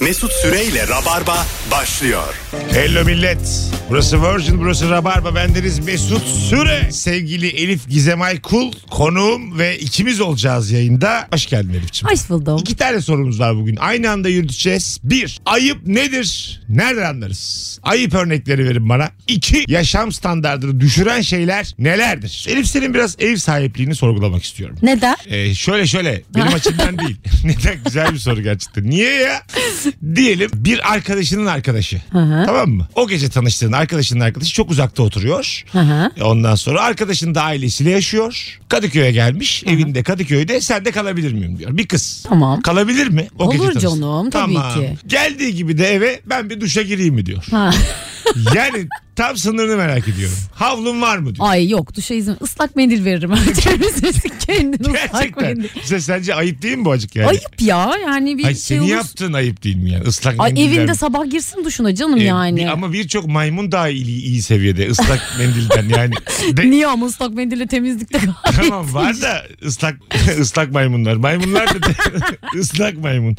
Mesut Süreyle Rabarba başlıyor. Hello millet. Burası Virgin, burası Rabarba. Bendeniz Mesut Süre. Sevgili Elif Gizem Aykul konuğum ve ikimiz olacağız yayında. Hoş geldin Elif'ciğim. Hoş buldum. İki tane sorumuz var bugün. Aynı anda yürüteceğiz. Bir, ayıp nedir? Nereden anlarız? Ayıp örnekleri verin bana. İki, yaşam standartını düşüren şeyler nelerdir? Elif senin biraz ev sahipliğini sorgulamak istiyorum. Neden? Ee, şöyle şöyle benim açımdan değil. Neden güzel bir soru gerçekten. Niye ya? Diyelim bir arkadaşının arkadaşı. hı. Tamam mı? O gece tanıştığın arkadaşının arkadaşı çok uzakta oturuyor. E, Hı hı. Ondan sonra arkadaşın da ailesiyle yaşıyor. Kadıköy'e gelmiş. Evinde Kadıköy'de sen de kalabilir miyim diyor. Bir kız. Tamam. Kalabilir mi? O Olur gece tanıştın. canım, tabii Tamam. ki. Geldiği gibi de eve ben bir duşa gireyim mi diyor. Ha. Yani tam sınırını merak ediyorum. Havlun var mı diyor. Ay yok duşa izin. Islak mendil veririm. Temizlesin kendini ıslak Gerçekten. mendil. Size sence ayıp değil mi bu acık yani? Ayıp ya yani bir Ay şey seni olursa- yaptığın ayıp değil mi yani? Islak Ay mendiller- evinde sabah girsin duşuna canım E, bir- yani. ama birçok maymun daha iyi, iyi seviyede ıslak mendilden yani. De- Niye ama ıslak mendille temizlikte gayet. tamam var da ıslak ıslak maymunlar. Maymunlar da ıslak maymun.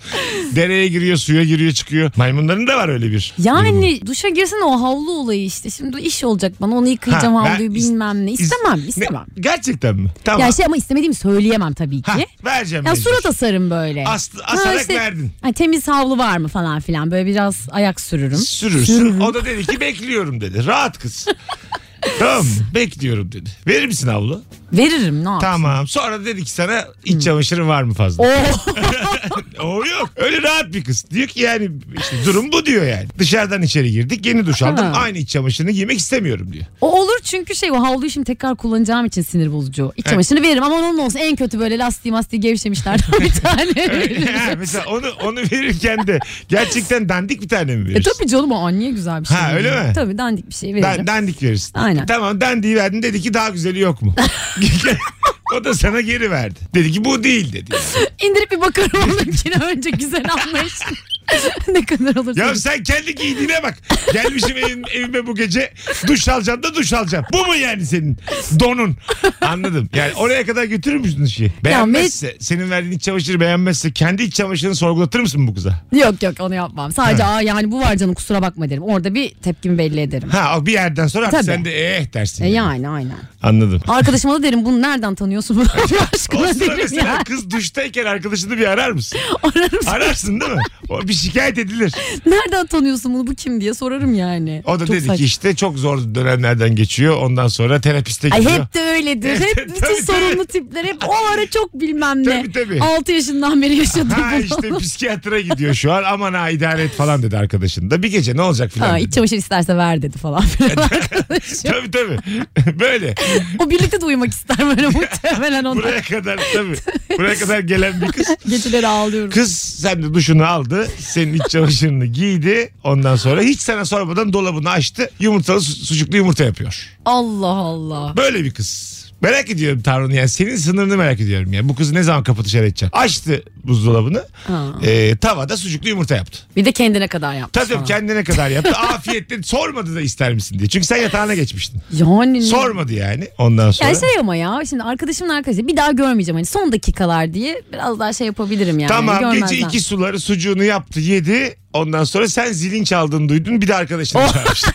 Dereye giriyor, suya giriyor, çıkıyor. Maymunların da var öyle bir. durumu. Yani duşa girsin o havlu olayı işte. Şimdi iş olacak bana onu yıkayacağım Ha, ben havluyu is- bilmem ne. is- İstemem Ne- istemem. Gerçekten mi? Tamam. Ya şey ama istemediğimi söyleyemem tabii ki. Ha, vereceğim. Ya mecbur. surat asarım böyle. As- asarak işte, verdin. "Ay, temiz havlu var mı falan filan. Böyle biraz ayak sürürüm. Sürürsün. O da dedi ki bekliyorum dedi. Rahat kız. tamam bekliyorum dedi. Verir misin havlu? Veririm ne yapayım. Tamam. Sonra dedi ki sana Hmm. iç çamaşırın var mı fazla? Oo, O yok. Öyle rahat bir kız. Diyor ki yani işte durum bu diyor yani. Dışarıdan içeri girdik yeni duş aldım. Ha. Aynı iç çamaşırını giymek istemiyorum diyor. o olur çünkü şey o havluyu şimdi tekrar kullanacağım için sinir bozucu. İç çamaşırını veririm ama onun olsun en kötü böyle lastiği mastiği gevşemişlerden bir tane Ha, veririm. E mesela onu onu verirken de gerçekten dandik bir tane mi e verirsin? tabii canım o niye güzel bir şey. Ha, öyle yani. mi? Tabii dandik bir şey Dan- veririm. dandik verirsin. Aynen. Tamam dandiyi verdin dedi ki daha güzeli yok mu? o da sana geri verdi. Dedi ki bu değil dedi. yani. İndirip bir bakarım onunkine önce güzel anlayış. ne kadar olursa. Ya sen kendi giydiğine bak. Gelmişim evim, evime bu gece duş alacağım da duş alacağım. Bu mu yani senin donun? Anladım. Yani oraya kadar götürür müsün işi? Beğenmezse, senin verdiğin iç çamaşırı beğenmezse kendi iç çamaşırını sorgulatır mısın bu kıza? Yok yok onu yapmam. Sadece aa yani bu var canım kusura bakma derim. Orada bir tepkimi belli ederim. Ha o bir yerden sonra artık Tabii. sen de eh dersin. E yani aynen. Anladım. Arkadaşıma da derim bunu nereden tanıyorsun bunu Allah O aşkına sıra derim mesela ya. kız duştayken arkadaşını bir arar mısın? Ararım seni. Ararsın değil mi? O bir şikayet edilir. Nereden tanıyorsun bunu bu kim diye sorarım yani. O da Çok dedi saçma. ki işte çok zor dönemlerden geçiyor. Ondan sonra terapiste Ay gidiyor. hep de öyledir. Evet, Hep bütün tabii, sorunlu tipler hep o ara çok bilmem ne. Tabii, tabii. 6 yaşından beri yaşadı Ha bunu. işte psikiyatra gidiyor şu an. Aman ha idare et falan dedi arkadaşın da. Bir gece ne olacak filan Ha, dedi. iç çamaşır isterse ver dedi falan filan arkadaşım. Tabii tabii. Böyle. o birlikte de uyumak ister böyle muhtemelen onlar. Buraya kadar tabii. Buraya kadar gelen bir kız. Geceleri ağlıyorum. Kız sen de duşunu aldı. Senin iç çamaşırını giydi. Ondan sonra hiç sana sormadan dolabını açtı. Yumurtalı su- sucuklu yumurta yapıyor. Allah Allah. Böyle bir kız. Merak ediyorum tavrını yani senin sınırını merak ediyorum yani bu kızı ne zaman kapı dışarı edeceğim. Açtı buzdolabını Ha. e, tavada sucuklu yumurta yaptı. Bir de kendine kadar yapmış Tabii tabii falan. kendine kadar yaptı. Afiyetle sormadı da ister misin diye. Çünkü sen yatağına geçmiştin. Yani ne- Sormadı yani ondan sonra. Hmm. Ya şey ama ya şimdi arkadaşımın arkadaşı bir daha görmeyeceğim hani son dakikalar diye biraz daha şey yapabilirim yani. Tamam Görmezden. gece iki suları sucuğunu yaptı yedi. Ondan sonra sen zilin çaldığını duydun bir de arkadaşını Oh. çağırmıştın.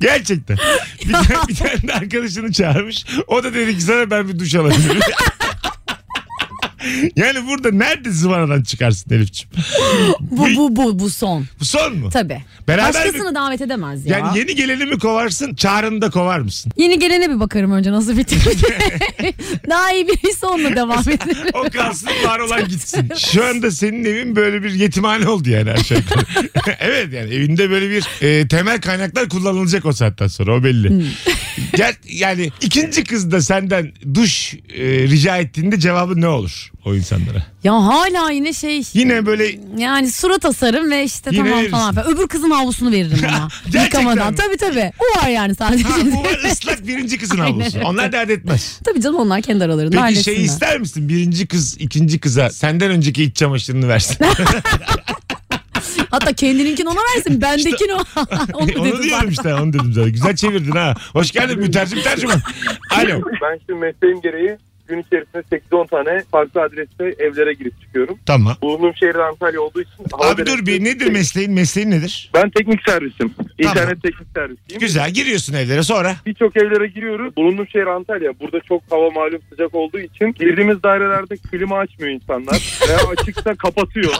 Gerçekten. Bir, tane, bir tane de arkadaşını çağırmış. O da dedi ki sana ben bir duş alabilirim. yani burada nerede zıvanadan çıkarsın Elif'ciğim? Bu, bu bu bu son Bu son mu? tabii. Beraber Başkasını davet edemez ya. Yani yeni geleni mi kovarsın, çağrını da kovar mısın? Yeni gelene bir bakarım önce nasıl bitirdi. daha iyi birisi onunla devam edelim. O kalsın var olan gitsin. Şu anda senin evin böyle bir yetimhane oldu yani aşağı yukarı. evet yani evinde böyle bir e, temel kaynaklar kullanılacak o saatten sonra o belli. Gel, yani ikinci kız da senden duş e, rica ettiğinde cevabı ne olur o insanlara? Ya hala yine şey Yine böyle yani surat asarım ve işte Yine tamam verirsin. falan. filan. Öbür kızın havlusunu veririm ona. Gerçekten Yıkamadan. mi? Tabii tabii. O var yani sadece. ha, bu var ıslak birinci kızın havlusu. Onlar dert etmez. tabii canım onlar kendi aralarında Peki halletsinler. şey ister misin? Birinci kız ikinci kıza senden önceki iç çamaşırını versin. Hatta kendininkini ona versin. Bendekini o. Onu, onu dedim diyorum ben. işte onu dedim zaten. Güzel çevirdin ha. Hoş geldin mütercim tercüman. Alo. Ben şimdi mesleğim gereği gün içerisinde 8-10 tane farklı adreste evlere girip çıkıyorum. Tamam. Bulunduğum şehir Antalya olduğu için. hava Abi dur bir derecesi nedir yüksek. mesleğin? Mesleğin nedir? Ben teknik servisim. İnternet teknik servisiyim. Güzel giriyorsun evlere sonra. Birçok evlere giriyoruz. Bulunduğum şehir Antalya. Burada çok hava malum sıcak olduğu için girdiğimiz dairelerde klima açmıyor insanlar. Veya açıksa kapatıyor.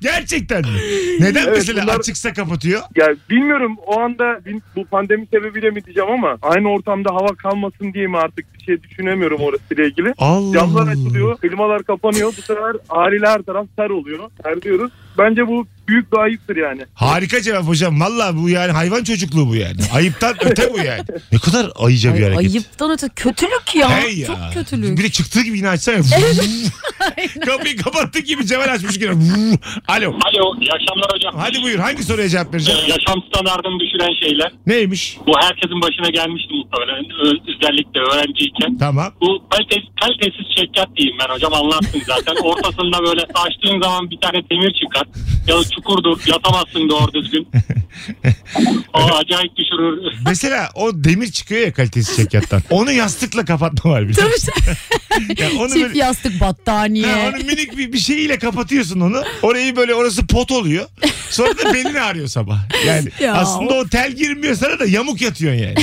Gerçekten mi? Neden Evet, mesela bunlar- açıksa kapatıyor? Yani bilmiyorum o anda bin- bu pandemi sebebiyle mi diyeceğim ama aynı ortamda hava kalmasın diye mi artık bir şey düşünemiyorum orasıyla ilgili. Allah. Camlar açılıyor, klimalar kapanıyor. Bu sefer haliyle her taraf ter oluyor. Ter diyoruz. Bence bu büyük bir ayıptır yani. Harika cevap hocam. Valla bu yani hayvan çocukluğu bu yani. Ayıptan öte bu yani. Ne kadar ayıca bir Ay, hareket. ayıptan öte kötülük ya. Hey ya. Çok kötülük. Bir de çıktığı gibi yine açsana. Kapıyı kapattığı gibi Cemal açmış yine. Alo. Alo, iyi akşamlar hocam. Ee, Hadi buyur hangi soruya cevap vereceğim? Yaşam standartını düşüren şeyler. Neymiş? Bu herkesin başına gelmişti muhtemelen. Ö- Özellikle öğrenciyken. Tamam. Bu kalitesiz, kalitesiz şirket diyeyim ben hocam anlattım zaten. Ortasında böyle açtığın zaman bir tane demir çıkar. Ya da çukurdur yatamazsın doğru düzgün. O acayip düşürür. Mesela o demir çıkıyor ya kalitesiz şirketten. Onu yastıkla kapatma var bir de. Tabii işte. Yani onu Çift böyle- yastık Ha, battaniye. onu minik bir, bir şeyiyle kapatıyorsun onu. Orayı böyle orası pot oluyor. Sonra da belin ağrıyor sabah. Yani Ya. aslında o tel girmiyor sana da yamuk yatıyorsun yani.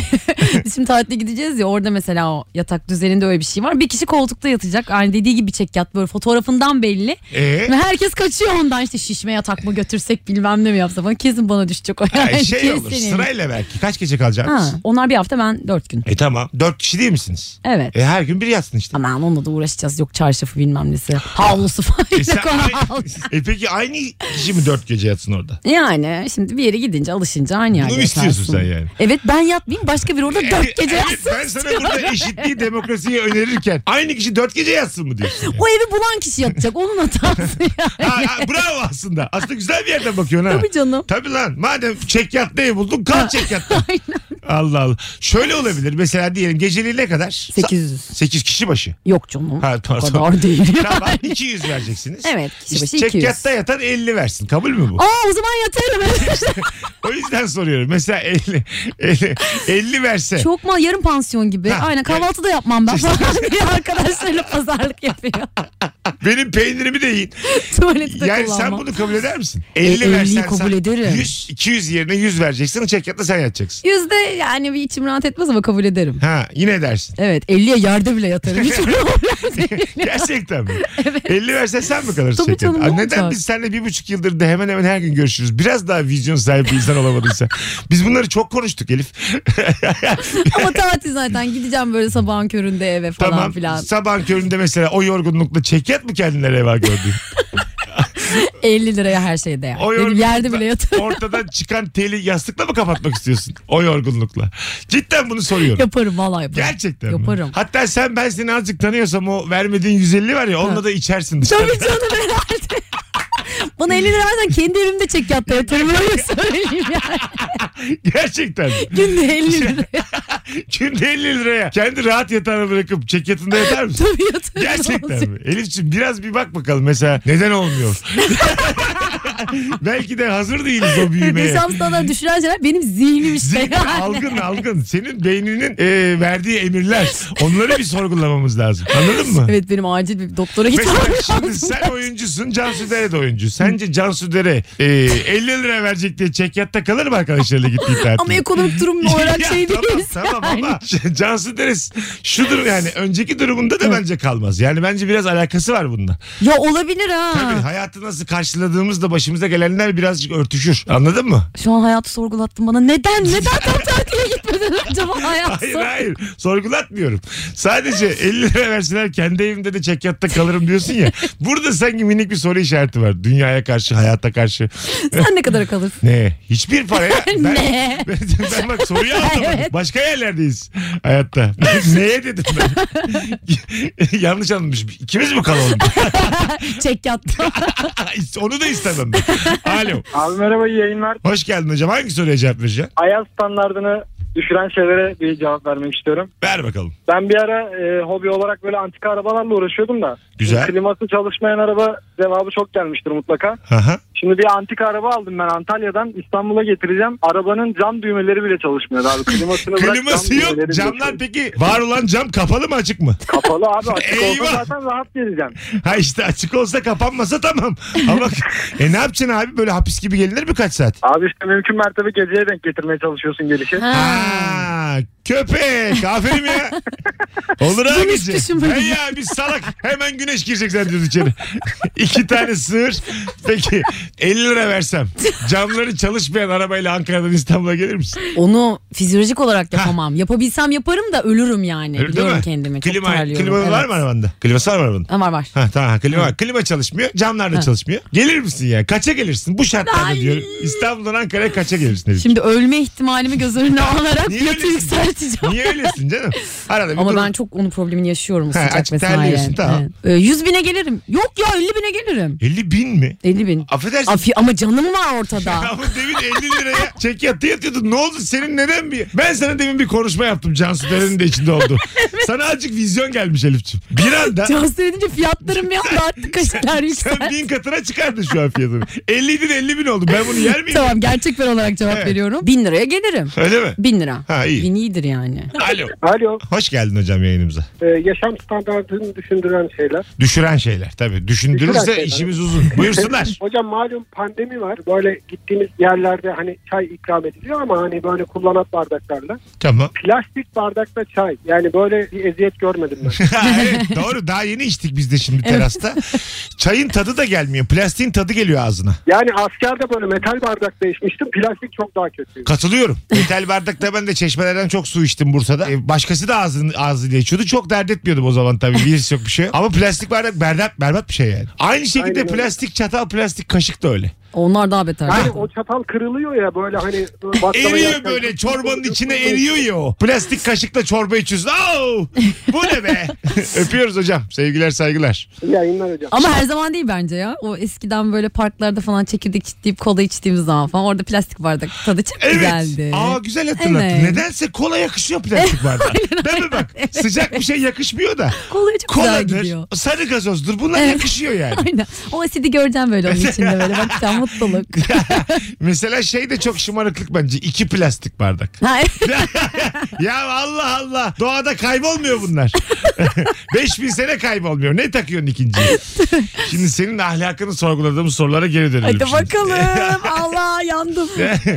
Şimdi tatile gideceğiz ya orada mesela o yatak düzeninde öyle bir şey var. Bir kişi koltukta yatacak. Aynı dediği gibi çek yat böyle fotoğrafından belli. Ee? Ve herkes kaçıyor ondan işte şişme yatak mı götürsek bilmem ne mi yapsak falan. Kesin bana düşecek o yani. Ay, şey olur Kesin. sırayla belki. Kaç gece Ha, kalacaksınız? onlar bir hafta ben dört gün. E tamam. Dört kişi değil misiniz? Evet. E her gün biri yatsın işte. Aman onunla da uğraşacağız. Yok çarşafı bilmem nesi. Havlusu falan. E, sen- Yok, ona havlu. e peki aynı kişi mi dört gece yatsın orada? Yani şimdi bir yere gidince alışınca aynı yerde Bunu mu istiyorsun yatarsın. sen yani? Evet ben yatmayayım başka biri orada dört gece Evet, yatsın ben sana istiyorum. burada eşitliği demokrasiyi önerirken aynı kişi dört gece yatsın mı diyorsun? yani? O evi bulan kişi yatacak onun hatası yani. Ha, ha, bravo aslında. Aslında güzel bir yerden bakıyorsun ha. Tabii canım. Tabii lan madem çekyatta ev buldun kal çekyatta. Aynen. Allah Allah. Şöyle olabilir mesela diyelim geceliği ne kadar? 800. 8 kişi başı. Yok canım. Ha, o pardon. kadar değil. Tamam 200 vereceksiniz. Evet, kişi İşte başı 200. Çekyatta yatan 50 versin. Kabul mü bu? Aa o zaman yatarım. O yüzden soruyorum. Mesela 50, 50, 50 verse. Çok mal yarım pansiyon gibi. Ha, Aynen kahvaltı da yapmam ben falan diye arkadaşlarıyla pazarlık yapıyor. Benim peynirimi de yiyin. Tuvaleti de Yani sen kullanmam. bunu kabul eder misin? 50 50'yi versen kabul sen ederim. 100, 200 yerine 100 vereceksin. Çekyatta sen yatacaksın. Yüzde yani bir içim rahat etmez ama kabul ederim. Ha yine dersin. Evet 50'ye yerde bile yatarım. Hiç problem değil. Gerçekten mi? 50 versen sen mi kalırsın Tabii şirkette? canım, ne Aa, Neden olacak? biz seninle bir buçuk yıldır da hemen hemen her gün görüşürüz? Biraz daha vizyon sahibi insan olamadıysa. Biz bunları çok konuştuk Elif. Ama tatil zaten gideceğim böyle sabahın köründe eve falan tamam. filan. Sabah köründe mesela o yorgunlukla çekyat mı kendine reva gördün? 50 liraya her şey değer. O Benim yerde bile yatarım. Ortadan çıkan teli yastıkla mı kapatmak istiyorsun? O yorgunlukla. Cidden bunu soruyorum. Yaparım valla yaparım. Gerçekten mi? Yaparım. Hatta sen ben seni azıcık tanıyorsam o vermediğin 150 var ya onunla Ha. da içersin dışarı. Tabii canım herhalde. Bana 50 lira versen kendi evimde çek yatta yatarım öyle söyleyeyim yani. Gerçekten. mi? Günde Şey- 50 lira Günde 50 liraya kendi rahat yatağına bırakıp ceketinde yatar mısın? tabii yatarım. Gerçekten mi? Elif'ciğim biraz bir bak bakalım mesela neden olmuyor? Belki de hazır değiliz o büyümeye. Yaşam standartını düşüren şeyler benim zihnim işte. Zihnin yani. algın algın. Senin beyninin e, verdiği emirler. Onları bir sorgulamamız lazım. Anladın mı? Evet benim acil bir doktora gitmem Mesela lazım. şimdi sen oyuncusun Cansu Dere de oyuncu. Sence Cansu Dere e, 50 lira verecek diye çekyatta kalır mı arkadaşlarıyla gittiği tatilde? Ama ekonomik durum olarak Ya şey tamam, değiliz Tamam yani. ama Cansu Deniz şu durum yani önceki durumunda da bence kalmaz. Yani bence biraz alakası var bununla. Ya olabilir ha. Tabii hayatı nasıl karşıladığımızda başımıza gelenler birazcık örtüşür. Anladın mı? Şu an hayatı sorgulattın bana. Neden? Neden tam tatile gitmeden önce bu hayatı? Hayır hayır sorgulatmıyorum. Sadece 50 lira verseler kendi evimde de çekyatta kalırım diyorsun ya. Burada sanki minik bir soru işareti var. Dünyaya karşı, hayata karşı. Sen ne kadar kalırsın? Ne? Hiçbir paraya. Ben, Ne? Ben, ben bak soruyu anlamadım. Evet. Başka yerlerdeyiz hayatta. Neye dedim ben? Yanlış anlamış. İkimiz mi kalalım? Çek yattı. Onu da istemem ben. Alo. Abi merhaba iyi yayınlar. Hoş geldin hocam. Hangi soruya cevap vereceksin? Hayat standartını düşüren şeylere bir cevap vermek istiyorum. Ver bakalım. Ben bir ara e, hobi olarak böyle antika arabalarla uğraşıyordum da. Güzel. Kliması çalışmayan araba cevabı çok gelmiştir mutlaka. Aha. Şimdi bir antika araba aldım ben Antalya'dan İstanbul'a getireceğim. Arabanın cam düğmeleri bile çalışmıyor abi. Klimasını bırak, Kliması cam yok. düğmeleri bile Camlar çalışmıyor. peki var olan cam kapalı mı açık mı? Kapalı abi açık Eyvah. olsa zaten rahat geleceğim. Ha işte açık olsa kapanmasa tamam. Ama e ne yapacaksın abi böyle hapis gibi gelinir mi kaç saat? Abi işte mümkün mertebe geceye denk getirmeye çalışıyorsun gelişi. Ha, köpek. Aferin ya. Olur ha Bunu hiç gece. düşünmedim. Hey ya biz salak. Hemen güneş girecek zannediyoruz içeri. İki tane sığır. Peki 50 lira versem camları çalışmayan arabayla Ankara'dan İstanbul'a gelir misin? Onu fizyolojik olarak yapamam. Yapabilsem yaparım da ölürüm yani. Öyle değil Biliyorum mi? kendimi. Çok Klima, terliyorum. klima var Evet. mı arabanda? Kliması var mı arabanın? Ha, var var. Ha tamam ha, klima var. Klima çalışmıyor. Camlar da Ha. çalışmıyor. Gelir misin ya? Kaça gelirsin? Bu şartlarda Ay. diyorum. İstanbul'dan Ankara'ya kaça gelirsin? Elif? Şimdi ölme ihtimalimi göz önüne alarak Niye fiyatı öyle- yükselteceğim. Niye öylesin canım? Arada bir Ama dur- ben çok onun problemini yaşıyorum o Ha, sıcak açık vesaire. terliyorsun, tamam. Evet. Ee, 100 bine gelirim. Yok ya 50 bine gelirim. 50 bin mi? 50 bin. Affedersin. Afi, ama canım var ortada. Ama demin 50 liraya çek yattı yatıyordu. Ne oldu senin neden bir? Ben sana demin bir konuşma yaptım. Cansu Deren'in de içinde oldu. Sana azıcık vizyon gelmiş Elif'ciğim. Bir anda Cansız edince fiyatlarım bir anda arttı kaşıklar sen yükseldi. bin katına çıkardın şu an fiyatını. 50 idi de 50 bin oldu. Ben bunu yer miyim? Tamam gerçek ben olarak cevap Evet. veriyorum. 1000 liraya gelirim. Öyle mi? 1000 lira. Ha, iyi. 1000 iyidir yani. Alo. Alo, Hoş geldin hocam yayınımıza. e, yaşam standartını düşündüren şeyler. Düşüren şeyler tabii. Düşündürürse Düşüren şeyler. işimiz uzun. Buyursunlar. Hocam malum pandemi var. Böyle gittiğimiz yerlerde hani çay ikram ediliyor ama hani böyle kullanan bardaklarla. tamam. Plastik bardakla çay. Yani böyle bir eziyet görmedim ben. evet, doğru. Daha yeni içtik biz de şimdi terasta. Çayın tadı da gelmiyor. Plastiğin tadı geliyor ağzına. Yani askerde böyle metal bardak değişmiştim. Plastik çok daha kötü. Katılıyorum. Metal bardakta ben de çeşmelerden çok su içtim Bursa'da. E, başkası da ağzını, ağzıyla içiyordu. Çok dert etmiyordum o zaman tabii. Birisi yok bir şey. yok. Ama plastik bardak berbat, berbat bir şey yani. Aynı şekilde Aynen öyle. plastik çatal, plastik kaşık da öyle. Onlar daha beter. Yani Hani o çatal kırılıyor ya böyle hani baklava Eriyor yerken- böyle çorbanın içine eriyor ya o. Plastik kaşıkla çorba içiyorsun. Au! Bu ne be? Öpüyoruz hocam. Sevgiler saygılar. İyi Yayınlar hocam. Ama her zaman değil bence ya. O eskiden böyle parklarda falan çekirdek çitleyip kola içtiğimiz zaman falan orada plastik bardak tadı çok Evet. güzeldi. Aa güzel hatırlattın. Evet. Nedense kola yakışıyor plastik bardağa. Değil mi bak? Sıcak bir şey yakışmıyor da. Kolaya çok güzel gidiyor. Koladır, sarı gazozdur. Bunlar Evet. yakışıyor yani. Aynen. O asidi göreceğim böyle onun içinde böyle. Bak sen mutluluk. Mesela şey de çok şımarıklık bence. iki plastik bardak. Ha, ya Allah Allah. Doğada kaybolmuyor bunlar. 5000 sene kaybolmuyor. Ne takıyorsun ikinciyi? Şimdi senin ahlakını sorguladığımız sorulara geri dönelim. Hadi şimdi. bakalım. Allah yandım.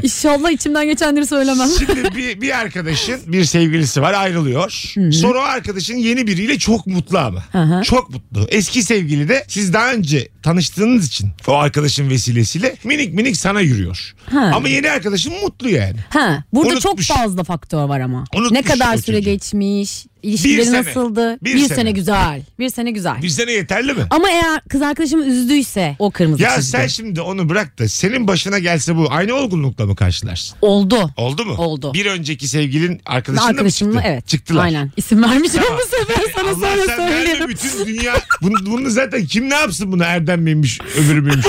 İnşallah içimden geçenleri söylemem. Şimdi bir, bir arkadaşın bir sevgilisi var ayrılıyor. Sonra o arkadaşın yeni biriyle çok mutlu ama. hı. Çok mutlu. Eski sevgili de siz daha önce tanıştığınız için o arkadaşın vesilesiyle minik minik sana yürüyor. Ha. Ama yeni arkadaşın mutlu yani. Ha, burada Unutmuş. çok fazla faktör var ama. Unutmuş ne kadar o süre çocuğu. geçmiş, ilişkileri sene. nasıldı? Bir Bir, sene. sene. güzel. Bir sene güzel. Bir sene yeterli mi? Ama eğer kız arkadaşımı üzdüyse o kırmızı Ya çizgi. sen şimdi onu bırak da senin başına gelse bu aynı olgunlukla mı karşılarsın? Oldu. Oldu mu? Oldu. Bir önceki sevgilin arkadaşınla mı Arkadaşımla çıktı? evet. Çıktılar. Aynen. İsim vermeyeceğim bu sefer sana Allah sonra sen verme söylerim. bütün dünya. Bunu, bunu zaten kim ne yapsın bunu Erdem miymiş öbürü müymüş.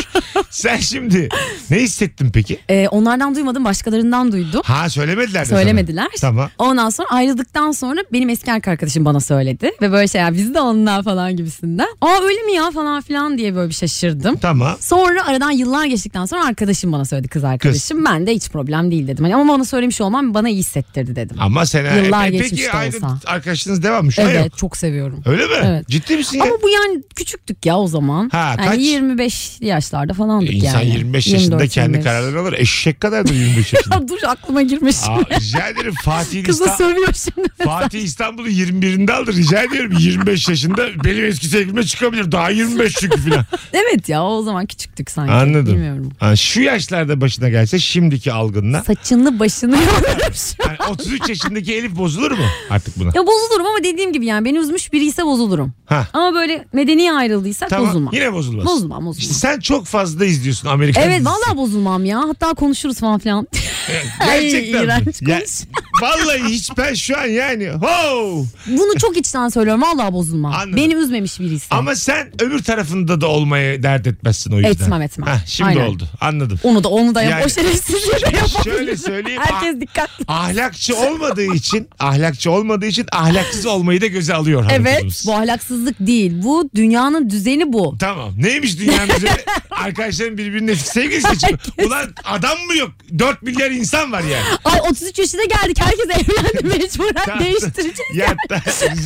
sen şimdi ne hissettin peki? Ee, onlardan duymadım başkalarından duydum. Ha söylemediler de sana. Söylemediler. Tamam. Ondan sonra ayrıldıktan sonra benim eski erkek arkadaşım bana söyledi. Ve böyle şey ya biz de onunla falan gibisinden. Aa öyle mi ya falan filan diye böyle bir şaşırdım. Tamam. Sonra aradan yıllar geçtikten sonra arkadaşım bana söyledi kız arkadaşım. Ben de hiç problem değil dedim. Hani ama bana söylemiş olmam bana iyi hissettirdi dedim. Ama sen E, Yıllar peki geçmiş de aynı olsa. arkadaşınız devam mı? Şu an evet yok. çok seviyorum. Öyle mi? Evet. Ciddi misin ya? Ama bu yani küçüktük ya o zaman. Ha, yani kaç? 25 yaşlarda falandık İnsan yani. 25 yaşında 24, kendi 25. kararlarını alır. Eşek kadar da 25 yaşında. Ya dur aklıma girmiş. Aa, rica ederim Fatih Kız da İsta- sövüyor şimdi. Fatih İstanbul'u 21'inde aldı rica ediyorum. 25 yaşında benim eski sevgilime çıkabilir. Daha 25 çünkü filan. evet ya o zaman küçüktük sanki. Anladım. Bilmiyorum. Ha, şu yaşlarda başına gelse şimdiki algınla. Saçını başını yolarım şu an. Yani 33 yaşındaki Elif bozulur mu artık buna? Ya bozulurum ama dediğim gibi yani beni üzmüş biri ise bozulurum. Ha. Ama böyle medeni ayrıldıysak Tamam. bozulmam. Yine bozulmaz. Bozulmam bozulmam. İşte sen çok fazla izliyorsun Amerikan Evet dizisi. vallahi bozulmam ya. Hatta konuşuruz falan filan. Ay, Gerçekten. mi? iğrenç Ya- konuş. Vallahi hiç ben şu an yani. Ho! Bunu çok içten söylüyorum. Vallahi bozulmam. Anladım. Beni üzmemiş birisi. Ama sen öbür tarafında da olmayı dert etmezsin o yüzden. Etmem, etmem. Hah, şimdi Aynen. oldu. Anladım. Onu da onu da yap. Yani- o şerefsizliği de yapalım. Şöyle söyleyeyim. Herkes dikkatli. Ahlakçı olmadığı için, ahlakçı olmadığı için ahlaksız olmayı da göze alıyor Evet. hanımefendimiz. Bu ahlaksızlık değil. Bu dünyanın düzeni bu. Tamam. Neymiş dünyanın üzerine? Arkadaşların birbirine sevgilisi için. Ulan adam mı yok? 4 milyar insan var yani. Ay 33 yaşına geldik. Herkes evlendi mecburen Tamam. değiştireceğiz. Ya,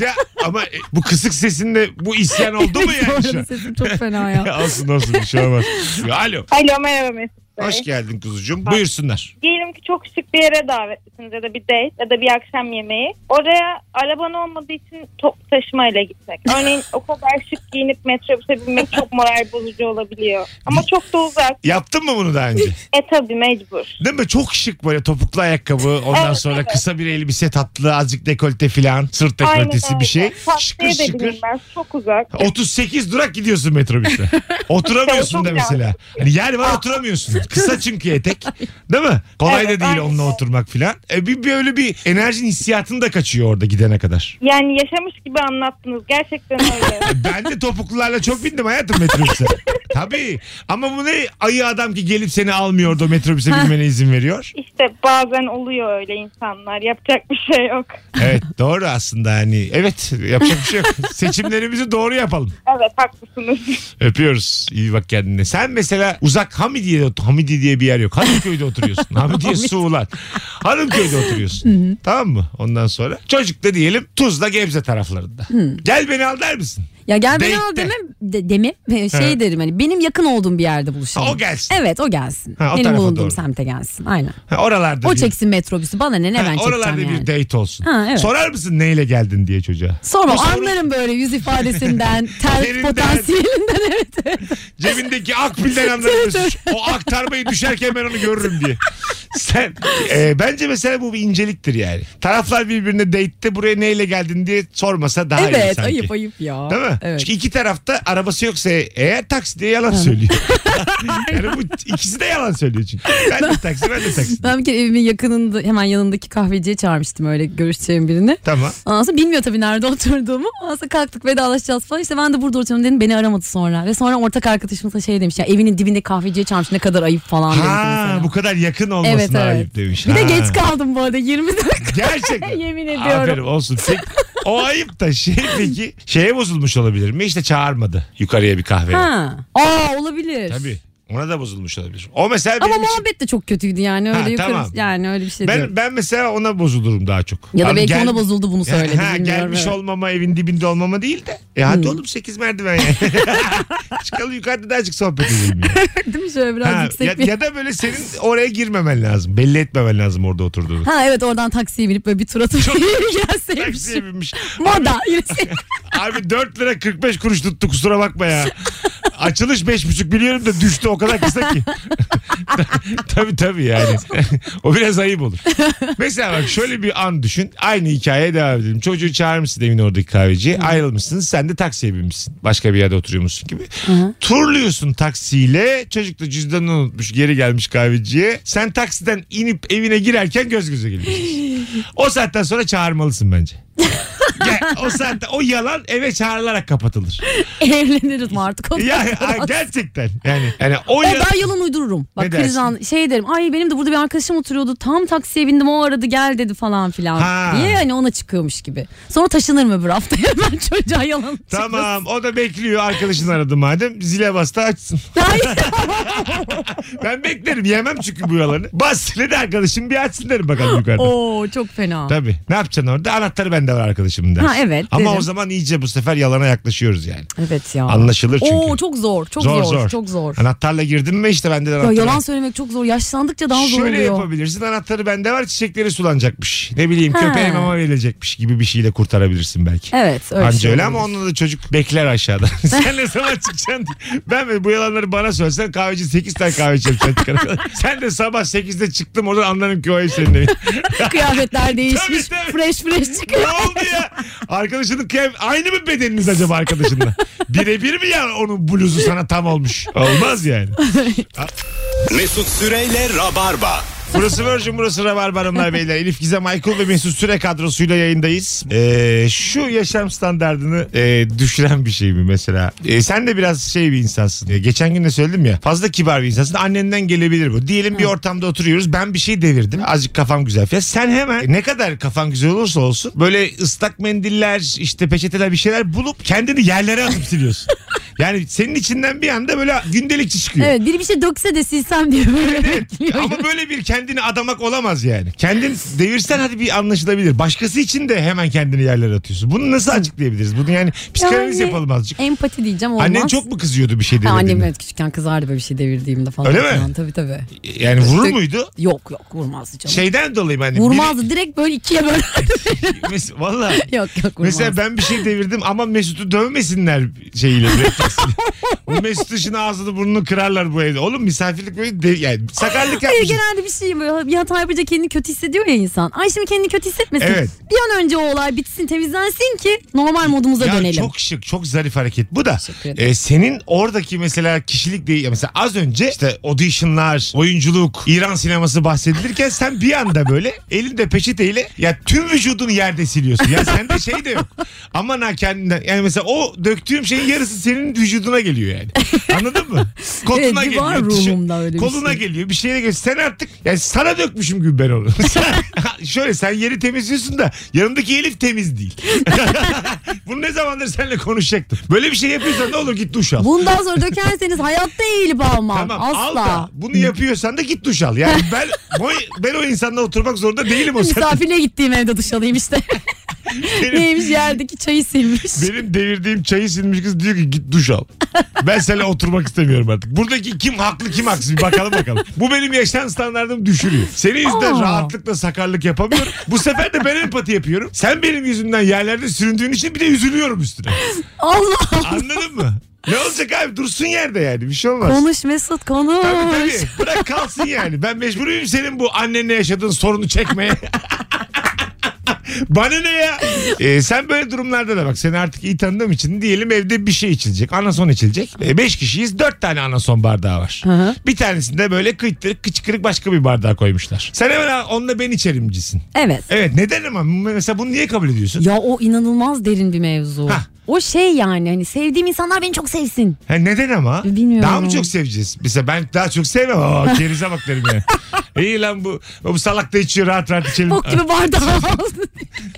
ya ama e, bu kısık sesinde bu isyan oldu mu yani şu Doğru, an? Sesim çok fena ya. olsun olsun bir şey olmaz. Alo. Alo merhaba Mesut Bey. Hoş geldin kuzucuğum. Buyursunlar. Diyelim ki çok şık bir yere davetlisiniz ya da bir date ya da bir akşam yemeği. Oraya araban olmadığı için toplu taşımayla gitmek. Örneğin o kadar şık giyinip metrobüse binmek çok moral bozucu olabiliyor. Ama çok da uzak. Yaptın mı bunu daha önce? E tabi mecbur. Değil mi? Çok şık böyle topuklu ayakkabı. Ondan Evet, sonra evet. kısa bir elbise tatlı. Azıcık dekolte filan. Sırt dekoltesi bir şey. Şıkır Taksiye de şıkır. binilmez çok uzak. 38 durak gidiyorsun metrobüste. Oturamıyorsun da Çok yanlış. mesela. Hani yer var oturamıyorsun. Kısa çünkü etek. Değil mi? Kolay Evet, da değil aynen. onunla oturmak filan. E bir böyle bir enerjin hissiyatın da kaçıyor orada gidene kadar. Yani yaşamış gibi anlattınız gerçekten öyle. Ben de topuklularla çok bindim hayatım metrobüse. Tabii. Ama bu ne ayı adam ki gelip seni almıyordu o metrobüse binmene izin veriyor. işte bazen oluyor öyle insanlar yapacak bir şey yok. Evet doğru aslında hani. Evet yapacak bir şey yok. Seçimlerimizi doğru yapalım. Evet haklısınız. Öpüyoruz. İyi bak kendine. Sen mesela uzak Hamidiye'de ot- Hamidiye diye bir yer yok. Hanımköy'de oturuyorsun. Hamidiye Suğulan. Hanımköy'de oturuyorsun. tamam mı? Ondan sonra çocuk da diyelim Tuzla Gebze taraflarında. Gel beni al der misin? Ya gel beni al Date'te. demem. De, demem. He, Şey He. derim hani benim yakın olduğum bir yerde buluşalım. Ha, o gelsin. Evet o gelsin. Ha, o benim tarafa bulunduğum doğru. semte gelsin. Aynen. Ha, oralarda O bir- çeksin metrobüsü. Bana ne ne Ha, ben oralarda çekeceğim yani. bir date olsun. Ha, evet. Sorar mısın neyle geldin diye çocuğa? Sorma Bu soru- anlarım böyle yüz ifadesinden, ter Derinden. potansiyelinden evet. Cebindeki akbilden anlarız. O aktarmayı düşerken ben onu görürüm diye. Sen e, bence mesela bu bir inceliktir yani. Taraflar birbirine date'te buraya neyle geldin diye sormasa daha iyi evet sanki. ayıp ayıp ya. Değil mi? Evet. Çünkü iki tarafta arabası yoksa eğer taksi diye yalan söylüyor. yani bu ikisi de yalan söylüyor çünkü. Ben de taksi ben de taksi. Ben bir kere evimin yakınında hemen yanındaki kahveciye çağırmıştım öyle görüşeceğim birini. tamam. Ondan sonra bilmiyor tabii nerede oturduğumu. Ondan sonra kalktık vedalaşacağız falan. İşte ben de burada oturuyorum dedim. Beni aramadı sonra. Ve sonra ortak arkadaşımıza şey demiş. Ya evinin dibinde kahveciye çağırmış ne kadar ayıp falan demiş Ha mesela. bu kadar yakın olmasına Evet evet. ayıp demiş. Bir de Ha. geç kaldım bu arada 20 dakika. Gerçekten. Yemin ediyorum. Aferin olsun. Peki, o ayıp da şey peki şeye bozulmuş olabilir mi? İşte çağırmadı yukarıya bir kahveye. Ha. Aa olabilir. Tabii. Ona da bozulmuş olabilir. O mesela Ama benim için- muhabbet de çok kötüydü yani öyle Ha, yukarı tamam. yani öyle bir şey diyorum. ben, ben mesela ona bozulurum daha çok. Ya da Abi belki gel- ona bozuldu bunu söyledi Ha, bilmiyorum. gelmiş evet. olmama evin dibinde olmama değil de. E hadi oğlum 8 merdiven yani. Çıkalım yukarıda da azıcık sohbet edelim. ya. Değil mi şöyle biraz Ha, yüksek ya, bir... ya da böyle senin oraya girmemen lazım. Belli etmemen lazım orada oturduğunu. Ha evet oradan taksiye binip böyle bir tur atıp Taksiye gelseymişim. binmiş. Moda. Yine şey- Abi 4 lira 45 kuruş tuttu kusura bakma ya. Açılış 5,5 biliyorum da düştü o kadar kısa ki. tabii tabii yani. o biraz ayıp olur. Mesela bak şöyle bir an düşün. Aynı hikayeye devam edelim. Çocuğu çağırmışsın evin oradaki kahveciye. Ayrılmışsınız. Sen de taksiye binmişsin. Başka bir yerde oturuyormuşsun gibi. Turluyorsun taksiyle. Çocuk da cüzdanını unutmuş. Geri gelmiş kahveciye. Sen taksiden inip evine girerken göz göze geliyorsun. o saatten sonra çağırmalısın bence. Gel, o saatte o yalan eve çağrılarak kapatılır. Evleniriz mi artık? O Ya, ay, gerçekten yani yani o O yalan ben yalan uydururum. Bak dersin? kriz an şey derim. Ay benim de burada bir arkadaşım oturuyordu. Tam taksiye bindim o aradı gel dedi falan filan. Ha. Diye hani ona çıkıyormuş gibi. Sonra taşınır mı bir hafta hemen çocuğa yalan çıkmasın. Tamam o da bekliyor arkadaşını aradı madem zile bastı açsın. Hayır. Ben beklerim yemem çünkü bu yalanı. Bas zile de arkadaşım bir açsın derim bakalım yukarıda. Oo çok fena. Tabii ne yapacaksın orada anahtarı bende var arkadaşımın dersin. Ha, evet, Ama derim. o zaman iyice bu sefer yalana yaklaşıyoruz yani. Evet ya. Anlaşılır çünkü. Hani Oo çok zor. Çok zor. Çok zor. Anahtarla girdin mi işte bende de Ya anahtar yalan var. söylemek çok zor. Yaşlandıkça daha zor Şöyle oluyor. yapabilirsin anahtarı bende var çiçekleri sulanacakmış. Ne bileyim Ha. köpeğe mama verilecekmiş gibi bir şeyle kurtarabilirsin belki. Evet öyle Anca şey öyle olabilir. ama onunla da çocuk bekler aşağıda. Sen ne zaman çıkacaksın? diye. Ben mi- bu yalanları bana söylesen kahveci 8 tane kahve içerim sen çıkana kadar. Sen de sabah 8'de çıktım oradan anlarım ki o ev senin evin. Kıyafetler değişmiş. Tabii, tabii. fresh fresh ne çıkıyor. oldu ya? Arkadaşının kıyaf aynı mı bedeniniz acaba arkadaşınla? Birebir mi ya onun bluzu sana tam olmuş? Olmaz yani. Mesut Süreyle Rabarba. Burası Virgin, burası Rabarba Hanımlar Beyler. Elif Gizem Aykul ve Mesut Süre kadrosuyla yayındayız. Ee, şu yaşam standartını e, düşüren bir şey mi mesela? E, sen de biraz şey bir insansın. E, geçen gün de söyledim ya. Fazla kibar bir insansın. Annenden gelebilir bu. Diyelim bir ortamda oturuyoruz. Ben bir şey devirdim. Azıcık kafam güzel falan. Sen hemen e, ne kadar kafan güzel olursa olsun böyle ıslak mendiller, işte peçeteler bir şeyler bulup kendini yerlere atıp siliyorsun. Yani senin içinden bir anda böyle gündelikçi çıkıyor. Evet biri bir şey dökse de silsem diye böyle bekliyor. Ama böyle bir kendini adamak olamaz yani. Kendin devirsen hadi bir anlaşılabilir. Başkası için de hemen kendini yerlere atıyorsun. Bunu nasıl açıklayabiliriz? Bunu yani psikanaliz Yani yapalım azıcık. Empati diyeceğim olmaz. Annen çok mu kızıyordu bir şey Ha, Annem devirdiğinde? evet küçükken kızardı böyle bir şey devirdiğimde falan. Öyle mi? Falan. Tabii tabii. Yani vurur Dök- muydu? Yok yok vurmazdı canım. Şeyden dolayı ben. vurmazdı direkt böyle ikiye böyle. Mes- Valla. yok yok vurmazdı. Mesela ben bir şey devirdim ama Mesut'u dövmesinler şeyiyle. bilekçesiyle. Bu Mesut'un şimdi ağzını burnunu kırarlar bu evde. Oğlum misafirlik böyle de- yani sakarlık Hayır yapmışsın. genelde bir şey böyle bir hata yapınca kendini kötü hissediyor ya insan. Ay şimdi kendini kötü hissetmesin. Evet. Bir an önce o olay bitsin temizlensin ki normal modumuza Ya dönelim. çok şık, çok zarif hareket. Bu da Teşekkür ederim. e, senin oradaki mesela kişilik değil. Mesela az önce işte auditionlar, oyunculuk, İran sineması bahsedilirken sen bir anda böyle elinde peçeteyle ya tüm vücudunu yerde siliyorsun. Ya sende şey de yok. Aman ha kendinden. Yani mesela o döktüğüm şeyin yarısı senin vücuduna geliyor yani. Anladın mı? Koluna Evet, bir geliyor. var tişört- ruhumda öyle bir Koluna şey. geliyor. Bir şeyle geliyor. Sen artık yani sana dökmüşüm gibi ben onu. Sen- Şöyle sen yeri temizliyorsun da yanındaki Elif temiz değil. Bunu ne zamandır seninle konuşacaktım. Böyle bir şey yapıyorsan ne olur git duş al. Bundan sonra dökerseniz hayatta eğilip almam. Tamam al Asla. da bunu yapıyorsan da git duş al. Yani ben, boy, ben o insanla oturmak zorunda değilim o saatte. Misafirliğe gittiğim evde duş alayım işte. Benim, Neymiş yerdeki çayı silmiş. benim devirdiğim çayı silmiş kız diyor ki git duş al. Ben seninle oturmak istemiyorum artık. Buradaki kim haklı kim haksız bir bakalım bakalım. Bu benim yaşam standartımı düşürüyor. Senin yüzünden Aa. rahatlıkla sakarlık yapamıyorum. Bu sefer de ben empati yapıyorum. Sen benim yüzümden yerlerde süründüğün için bir de üzülüyorum üstüne. Allah Allah. Anladın mı? Ne olacak abi dursun yerde yani bir şey olmaz. Konuş Mesut konuş. Tabii tabii. Bırak kalsın yani. Ben mecburuyum senin bu annenle yaşadığın sorunu çekmeye. Bana ne ya? Ee, sen böyle durumlarda da bak seni artık iyi tanıdığım için diyelim evde bir şey içilecek. Anason içilecek. 5 beş kişiyiz dört tane anason bardağı var. hı. Bir tanesinde böyle kıytırık kıçkırık başka bir bardağa koymuşlar. Sen hemen "Aa, onunla ben içerimcisin. Evet. Evet neden ama mesela bunu niye kabul ediyorsun? Ya o inanılmaz derin bir mevzu. Hah. O şey yani hani sevdiğim insanlar beni çok sevsin. Ha, neden ama? Bilmiyorum. Daha mı çok seveceğiz? Mesela ben daha çok sevmem. Aa, gerize bak derim yani. İyi lan bu. Bu salak da içiyor rahat rahat içelim. Bok gibi bardağı aldın.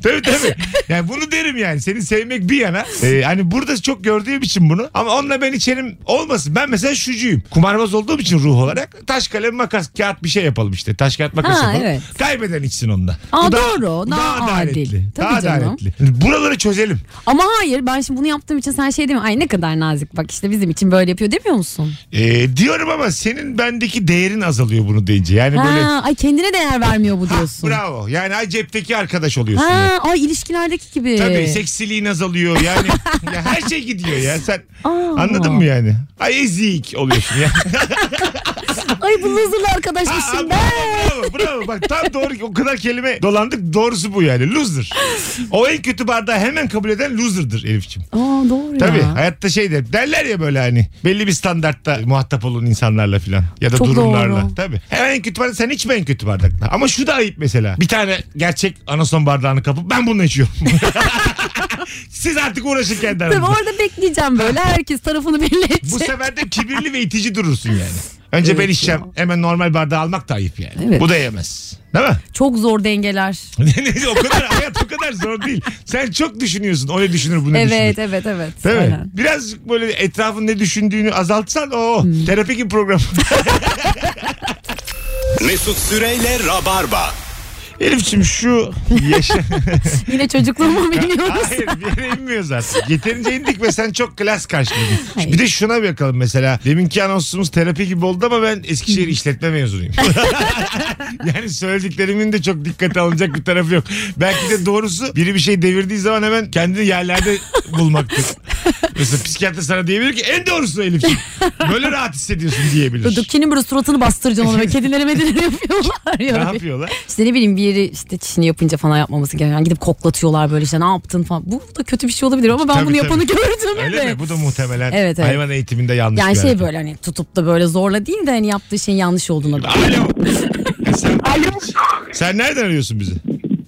tabii tabii. Yani bunu derim yani. Seni sevmek bir yana. Ee, hani burada çok gördüğüm için bunu. Ama onunla ben içerim olmasın. Ben mesela şucuyum. Kumarbaz olduğum için ruh olarak. Taş kalem makas kağıt bir şey yapalım işte. Taş kağıt makas Ha, yapalım. evet. Kaybeden içsin onda. Aa, Bu doğru. bu Daha adil. Tabii daha canım. adaletli. Buraları çözelim. Ama hayır ben şimdi bunu yaptığım için sen şey demiyorsun. Ay ne kadar nazik bak işte bizim için böyle yapıyor demiyor musun? Ee, diyorum ama senin bendeki değerin azalıyor bunu deyince. Yani Ha, böyle ay kendine değer vermiyor bu Ha, diyorsun. bravo. Yani ay cepteki arkadaş oluyorsun. ya. Ha, ay ilişkilerdeki gibi. Tabii seksiliğin azalıyor yani ya her şey gidiyor ya sen Aa. anladın mı yani? Ay ezik oluyorsun ya. Ay bu loser'la Ha, bravo, arkadaşmışım ben. bravo, bravo. Bak tam doğru o kadar kelime dolandık doğrusu bu yani loser. O en kötü bardağı hemen kabul eden loser'dır Elif'ciğim. Aa doğru Tabii ya. hayatta şey de derler ya böyle hani belli bir standartta muhatap olun insanlarla filan ya da Çok durumlarla. doğru. Tabii. Hemen en kötü bardak sen içme en kötü bardakla. Ama şu da ayıp mesela. Bir tane gerçek anason bardağını kapıp ben bunu içiyorum. Siz artık uğraşın kendi Tabii aranızda. orada bekleyeceğim böyle herkes tarafını belli edecek. Bu sefer de kibirli ve itici durursun yani. Önce ben Evet içeceğim. Hemen normal bardağı almak da ayıp yani. Evet. Bu da yemez. Değil mi? Çok zor dengeler. Ne- o kadar hayat o kadar zor değil. Sen çok düşünüyorsun. O ne düşünür bu ne düşünür. evet evet evet. Değil mi? Aynen. Birazcık böyle etrafın ne düşündüğünü azaltsan o Hmm. terapi gibi program. Mesut Süreyle Rabarba. Elif'ciğim şu yaşa... Yine çocukluğumu biliyoruz. Hayır bir yere inmiyoruz artık. Yeterince indik ve sen çok klas karşıladın. Hayır. Bir de şuna bakalım mesela. Deminki anonsumuz terapi gibi oldu ama ben Eskişehir işletme mezunuyum. yani söylediklerimin de çok dikkate alınacak bir tarafı yok. Belki de doğrusu biri bir şey devirdiği zaman hemen kendini yerlerde bulmaktır. Mesela psikiyatr sana diyebilir ki en doğrusu Elif'ciğim. Böyle rahat hissediyorsun diyebilir. Dükkanın böyle suratını bastıracaksın onu ve kedileri medileri yapıyorlar Ne ya. yapıyorlar? İşte ne bileyim bir yeri işte çişini yapınca falan yapmaması gereken gidip koklatıyorlar böyle işte ne yaptın falan. Bu da kötü bir şey olabilir ama ben Tabii, bunu tabii. yapanı gördüm. Öyle evet. mi? Bu da muhtemelen Evet, evet. hayvan eğitiminde yanlış Yani bir şey hareket. böyle hani tutup da böyle zorla değil de hani yaptığı şeyin yanlış olduğuna. Alo. E sen, Alo. sen nereden arıyorsun bizi?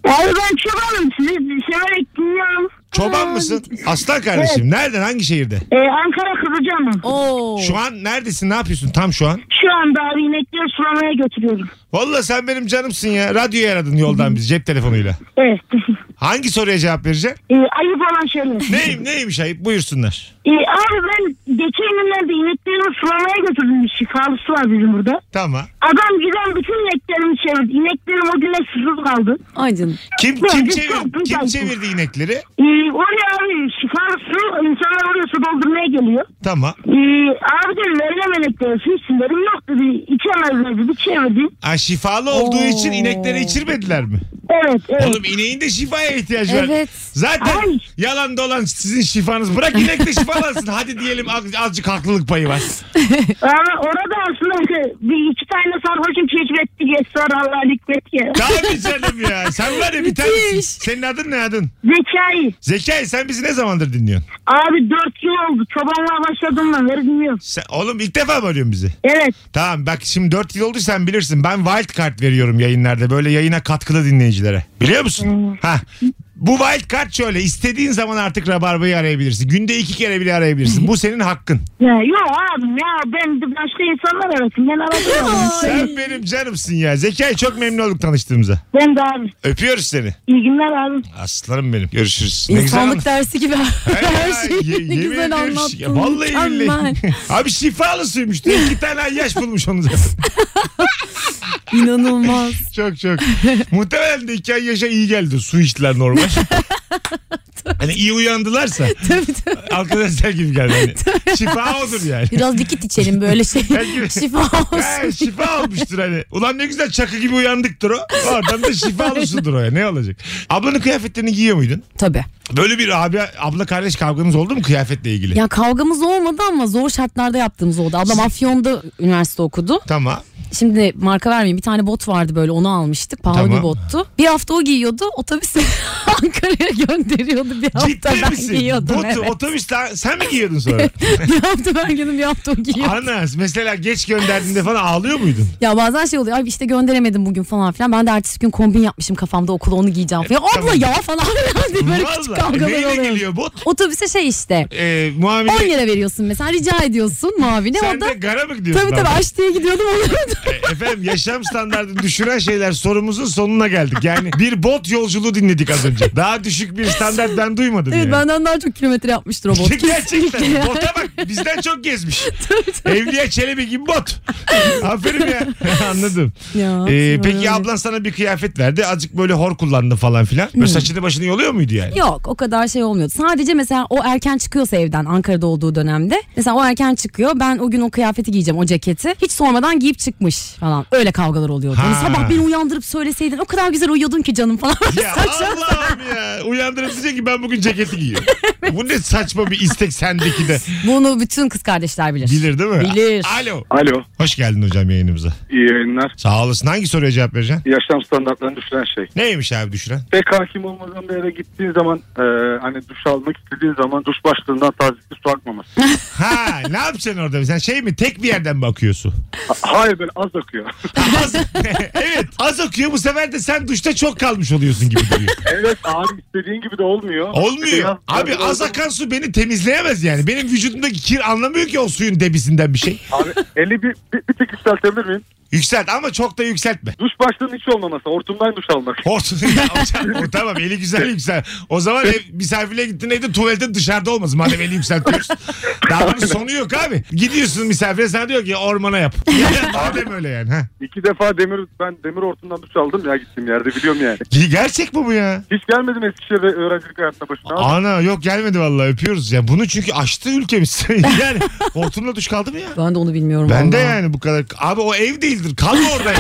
Abi ben çobanım. Sizi severek dinliyorum. Çoban mısın? Aslan kardeşim. Nereden? Hangi şehirde? Ee, Ankara Kızılcama. Oo. Şu an neredesin? Ne yapıyorsun tam şu an? Şu anda abi inekleri sulamaya götürüyorum. Valla sen benim canımsın ya. Radyoyu aradın yoldan biz cep telefonuyla. Evet. Hangi soruya cevap vereceksin? Ee, ayıp olan şeyler. Neyim neymiş ayıp buyursunlar. Ee, abi ben geçen günlerde ineklerimi sulamaya götürdüm. Şifalı su var bizim burada. Tamam. Adam giden bütün ineklerimi çevirdi. İneklerim o güne susuz kaldı. Ay canım. Kim Ya, kim biz çevir, korktuk kim zaten. çevirdi inekleri? Ee, oraya abi şifalı su insanlar oraya su doldurmaya geliyor. Tamam. Ee, abi dedim veremem inekleri su içsin dedim. Yok dedi içemezler dedi çevirdi. Ha, şifalı olduğu Oo. için ineklere içirmediler mi? Evet evet. Oğlum ineğin de şifaya ihtiyacı var. Evet. Zaten Ay. yalan dolan sizin şifanız. Bırak inek de şifalansın. Hadi diyelim az- azıcık haklılık payı var. Ama orada aslında işte bir iki tane sarhoşum keşfetti geç sonra Allah hikmet ya. Tabii canım ya. Sen var ya bir tanesin. Müthiş. Senin adın ne adın? Zekai. Zekai sen bizi ne zamandır dinliyorsun? Abi dört yıl oldu. Çobanlığa başladım ben. Beri dinliyorum. Sen, oğlum ilk defa mı arıyorsun bizi? Evet. Tamam bak şimdi 4 yıl oldu sen bilirsin. Ben wild card veriyorum yayınlarda. Böyle yayına katkılı dinleyicilere. Biliyor Hmm. musun? ha. Bu wild card şöyle. istediğin zaman artık Rabarba'yı arayabilirsin. Günde iki kere bile arayabilirsin. Bu senin hakkın. Ya, yok abi ya ben de başka insanlar arasın. Ben aradım. Sen benim canımsın ya. Zekai çok memnun olduk tanıştığımıza. ben de abi. Öpüyoruz seni. İyi günler abi. Aslanım benim. Görüşürüz. Ne güzel İnsanlık anlat- dersi gibi her Ya, şeyi ye- ne yemin güzel ediyorum anlattın. ya, vallahi Mükemmel. billahi. Abi şifalı suymuş. diye iki tane yaş bulmuş onu zaten. İnanılmaz. Çok çok. Muhtemelen de iki ay yaşa iyi geldi. Su içtiler normal. hani iyi uyandılarsa tabii tabii. arkadaşlar gibi geldi. Hani. şifa odur yani. Biraz dikit içelim böyle şey. Belki- Şifa He, olsun. şifa olmuştur hani. Ulan ne güzel çakı gibi uyandıktır o. Oradan da şifalı sudur o ya. Ne olacak? Ablanın kıyafetlerini giyiyor muydun? tabii. Böyle bir abi abla kardeş kavganız oldu mu kıyafetle ilgili? Ya kavgamız olmadı ama zor şartlarda yaptığımız oldu. Ablam Afyon'da üniversite okudu. Tamam. Şimdi marka vermeyeyim bir tane bot vardı böyle onu almıştık. Pahalı Tamam. bir bottu. Bir hafta o giyiyordu otobüse Ankara'ya gönderiyordu. Bir hafta Ciddi ben misin? giyiyordum. Botu, evet. Otobüste sen mi giyiyordun sonra? bir hafta ben giyiyordum bir hafta o giyiyordu. Ana mesela geç gönderdiğinde falan ağlıyor muydun? Ya bazen şey oluyor. Ay işte gönderemedim bugün falan filan. Ben de ertesi gün kombin yapmışım kafamda okula onu giyeceğim falan. Abla E, tamam. ya falan filan diye böyle küçük Vallahi kavgalar neyle oluyor. geliyor bot? Otobüse şey işte. Ee, 10 muamele. lira veriyorsun mesela rica ediyorsun muavine. Sen o da de gara mı gidiyorsun? tabii tabii abi? aç diye gidiyordum. onu- E, Efendim yaşam standartını düşüren şeyler sorumuzun sonuna geldik. Yani bir bot yolculuğu dinledik az önce. Daha düşük bir standart ben duymadım evet yani. benden daha çok kilometre yapmıştır o bot. Ee, Gerçekten Kesinlikle. bota bak bizden çok gezmiş. Evliya Çelebi gibi bot. Aferin ya. Anladım. Ya, Ee, aslında peki öyle. ablan sana bir kıyafet verdi. Azıcık böyle hor kullandı falan filan. Böyle saçını başını yoluyor muydu yani? Hmm. Yok o kadar şey olmuyordu. Sadece mesela o erken çıkıyorsa evden Ankara'da olduğu dönemde. Mesela o erken çıkıyor ben o gün o kıyafeti giyeceğim o ceketi. Hiç sormadan giyip çıkmış falan. Öyle kavgalar oluyordu. Hani Ha. sabah beni uyandırıp söyleseydin o kadar güzel uyuyordun ki canım falan. Ya Allah'ım ya. Uyandırıp diyecek ki ben bugün ceketi giyiyorum. Bu ne saçma bir istek sendeki de. Bunu bütün kız kardeşler bilir. Bilir değil mi? Bilir. Alo. Alo. Hoş geldin hocam yayınımıza. İyi yayınlar. Sağ olasın. Hangi soruya cevap vereceksin? Yaşam standartlarını düşüren şey. Neymiş abi düşüren? Pek hakim olmadan bir yere gittiğin zaman e, hani duş almak istediğin zaman duş başlığından tazikli su akmaması. Ha ne yapacaksın orada? Sen şey mi tek bir yerden mi akıyor su? Ha- Hayır böyle az akıyor. Az, evet az akıyor bu sefer de sen duşta çok kalmış oluyorsun gibi duruyor. evet abi istediğin gibi de olmuyor. Olmuyor. Abi az akan su beni temizleyemez yani. Benim vücudumdaki kir anlamıyor ki o suyun debisinden bir şey. Abi eli bir, bir, bir tık yükseltebilir miyim? Yükselt ama çok da yükseltme. Duş başlığının hiç olmaması. Hortumdan duş almak. Hortum o tamam eli güzel yüksel. O zaman ev, misafirliğe gittin evde tuvalette dışarıda olmaz. Madem eli yükseltiyorsun. Daha bunun sonu yok abi. Gidiyorsun misafire sana diyor ki ormana yap. Madem öyle yani. Ha. İki defa demir ben demir hortumdan duş aldım ya gittiğim yerde biliyorum yani. Ge- Gerçek mi bu ya? Hiç gelmedim Eskişehir'de öğrencilik hayatına başına. ama Ana yok gelmedi vallahi öpüyoruz. Ya bunu çünkü açtı ülkemiz. yani hortumla duş kaldı mı ya? Ben de onu bilmiyorum. Ben de vallahi. yani bu kadar. Abi o ev değildir. Kalma orada. ya.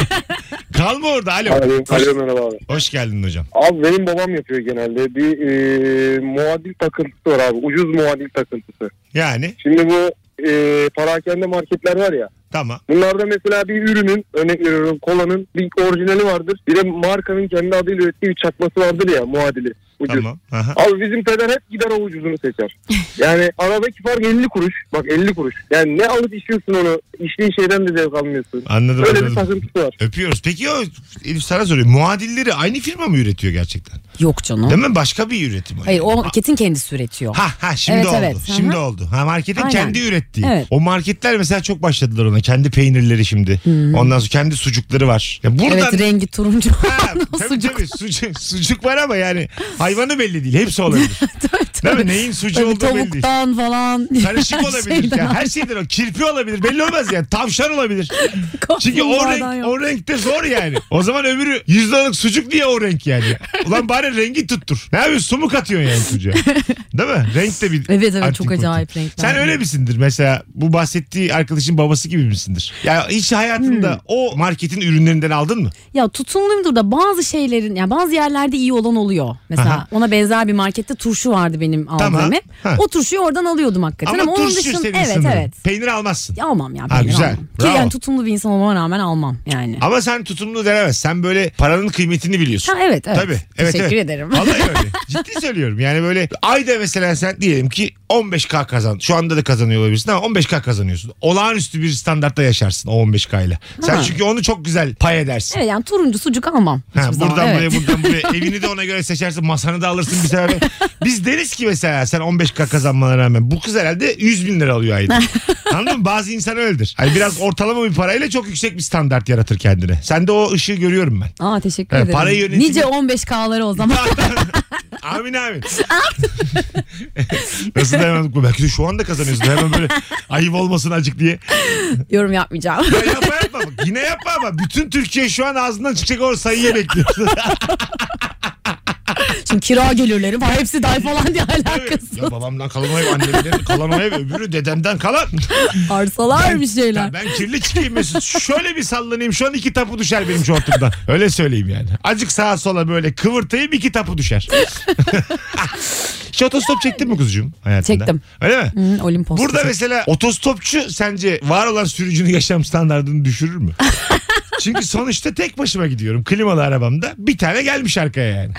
Kalma orada. Alo. Hoş, merhaba abi. hoş geldin hocam. Abi benim babam yapıyor genelde. Bir e, muadil takıntısı var abi. Ucuz muadil takıntısı. Yani Şimdi bu e, parakende marketler var ya. Tamam. Bunlarda mesela bir ürünün örnek veriyorum kolanın bir orijinali vardır. Bir de markanın kendi adıyla ürettiği bir çakması vardır ya muadili. Ucuz. Tamam. Aha. Abi bizim peder hep gider o ucuzunu seçer. Yani aradaki fark 50 kuruş. Bak 50 kuruş. Yani ne alıp işiyorsun onu. İçtiğin şeyden de zevk almıyorsun. Anladım, Öyle anladım. bir takıntısı var. Öpüyoruz. Peki o Elif sana soruyor. Muadilleri aynı firma mı üretiyor gerçekten? Yok canım. Değil mi? Başka bir üretim. o. Hayır o ketin kendisi üretiyor. Ha ha şimdi Evet, oldu. evet. Hı Şimdi hı. oldu. Ha marketin Aynen. kendi ürettiği. Evet. O marketler mesela çok başladılar ona. Kendi peynirleri şimdi. Ondan sonra kendi sucukları var. Ya buradan Hmm. Evet rengi turuncu Ha, olan o tabii, sucuk. tabii. sucuk sucuk var ama yani hayvanı belli değil. Hepsi olabilir. Değil mi? Neyin sucuğu Tabii olduğu belli değil. tavuktan falan. Karışık her olabilir. şeyden. ya. Her şeyden o. Kirpi olabilir. Belli olmaz yani. Tavşan olabilir. Çünkü o, Kafamlardan renk, yok. o renkte zor yani. O zaman öbürü yüzde onluk sucuk niye o renk yani? Ulan bari rengi tuttur. Ne yapıyorsun? Su mu katıyorsun yani sucuğa? Değil mi? Renk de bir Evet evet antik çok motif. acayip renkler. Sen öyle misindir mesela bu bahsettiği arkadaşın babası gibi misindir? Ya hiç hayatında Hmm. o marketin ürünlerinden aldın mı? Ya tutumluyumdur da bazı şeylerin yani bazı yerlerde iyi olan oluyor. Mesela Aha. ona benzer bir markette turşu vardı benim aldığım Tamam. hep. Ha. O turşuyu oradan alıyordum hakikaten. Ama, Ama onun turşu dışında senin evet sınırın. evet. Peynir almazsın. Ya Almam ya. Ha, peynir güzel. Almam. Ki Bravo. yani tutumlu bir insan olmama rağmen almam yani. Ama sen tutumlu denemez. Sen böyle paranın kıymetini biliyorsun. Ha, evet, evet. Tabii. Evet, Teşekkür evet. ederim. Vallahi öyle. Ciddi söylüyorum. Yani böyle ayda mesela sen diyelim ki 15K kazan. Şu anda da kazanıyor olabilirsin ama 15K kazanıyorsun. Olağanüstü bir standartta yaşarsın o 15K ile. Sen Ha. çünkü onu çok güzel pay edersin. Evet yani turuncu sucuk almam. Ha, hiçbir buradan zaman. buraya Evet. buradan buraya evini de ona göre seçersin masanı da alırsın bir sebebi. Biz deriz ki mesela sen 15k kazanmana rağmen bu kız herhalde 100 bin lira alıyor ayda. Anladın mı? Bazı insan öyledir. Hani biraz ortalama bir parayla çok yüksek bir standart yaratır kendine. Sen de o ışığı görüyorum ben. Aa teşekkür Evet, ederim. parayı yönetimi- Nice 15K'ları o zaman. amin amin. Nasıl dayanamadık bu? Belki de şu anda kazanıyorsun. Hemen böyle ayıp olmasın acık diye. Yorum yapmayacağım. Ya yapma yapma. Bak Yine yapma ama. Bütün Türkiye şu an ağzından çıkacak o sayıyı bekliyor. Şimdi kira gelirleri falan hepsi day falan diye alakası. ya babamdan kalan o ev, annemden kalan o ev, öbürü dedemden kalan. Arsalar bir şeyler. Ya ben kirli çıkayım Mesut. Şöyle bir sallanayım. Şu an iki tapu düşer benim şortumdan. Öyle söyleyeyim yani. Acık sağa sola böyle kıvırtayım iki tapu düşer. Hiç otostop çektin mi kuzucuğum hayatında? Çektim. Öyle mi? Hı, Olimpos. Burada mesela otostopçu sence var olan sürücünün yaşam standartını düşürür mü? Çünkü sonuçta tek başıma gidiyorum klimalı arabamda. Bir tane gelmiş arkaya yani.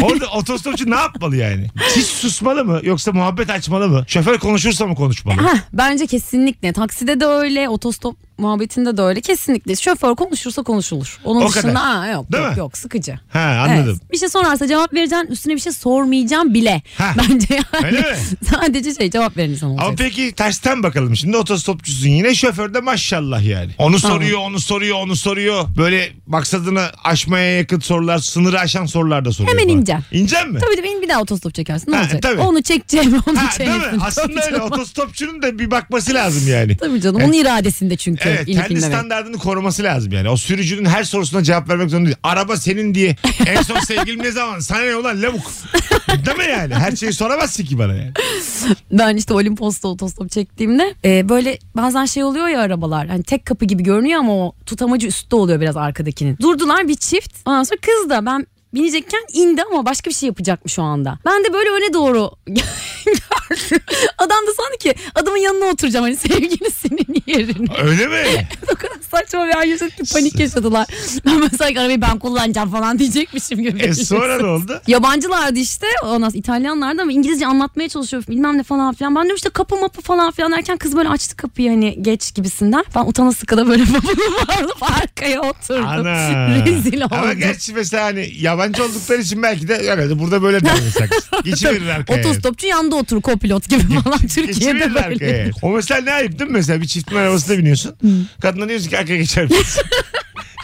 Orada otostopçu ne yapmalı yani? Hiç susmalı mı yoksa muhabbet açmalı mı? Şoför konuşursa mı konuşmalı? Heh, bence kesinlikle. Takside de öyle, otostop muhabbetinde de öyle. Kesinlikle şoför konuşursa konuşulur. Onun O dışında kadar. aa, yok Değil yok, mi? yok sıkıcı. Ha anladım. Evet. Bir şey sorarsa cevap vereceksin üstüne bir şey sormayacaksın bile. Ha. Bence yani. Öyle mi? Sadece şey cevap veren insan Ama olacak. peki tersten bakalım şimdi otostopçusun yine şoför de maşallah yani. Onu soruyor onu soruyor onu soruyor. Böyle maksadını aşmaya yakın sorular sınırı aşan sorular da soruyor. Hemen falan. ineceğim. İneceksin mi? Tabii de benim bir daha otostop çekersin. Ne Ha, olacak? tabii. Onu çekeceğim, onu Ha, değil çekeceğim. mi? Aslında öyle otostopçunun da bir bakması lazım yani. Tabii canım. Onun iradesinde çünkü. Evet, inip kendi inmemek. standartını koruması lazım yani. O sürücünün her sorusuna cevap vermek zorunda değil. Araba senin diye en son sevgilim ne zaman? Sana ne ulan lavuk? değil mi yani? Her şeyi soramazsın ki bana yani. Ben işte Olimpos'ta otostop çektiğimde e, böyle bazen şey oluyor ya arabalar. Hani tek kapı gibi görünüyor ama o tutamacı üstte oluyor biraz arkadakinin. Durdular bir çift. Ondan sonra kız da ben binecekken indi ama başka bir şey yapacakmış o anda. Ben de böyle öne doğru gördüm. Adam da sandı ki adamın yanına oturacağım hani sevgilisinin yerine. Öyle mi? o kadar saçma bir an yaşadık ki panik yaşadılar. Ben mesela arabayı ben kullanacağım falan diyecekmişim gibi. E sonra ne oldu? Yabancılardı işte. Ondan sonra İtalyanlardı ama İngilizce anlatmaya çalışıyor bilmem ne falan filan. Ben de işte kapı mapı falan filan derken kız böyle açtı kapıyı hani geç gibisinden. Ben utana sıkıla böyle varlıp arkaya oturdum. Ana. Rezil oldum. Ama gerçi mesela hani yabancı oldukları için belki de yani burada böyle davranırsak. Geçiverir arkaya. yani. Otostopçu yanda otur kopilot gibi falan Türkiye'de Geçiverir arkaya. böyle. yani. O mesela ne ayıp değil mi mesela? Bir çiftin arabasına biniyorsun. Kadına diyorsun ki arkaya geçer misin?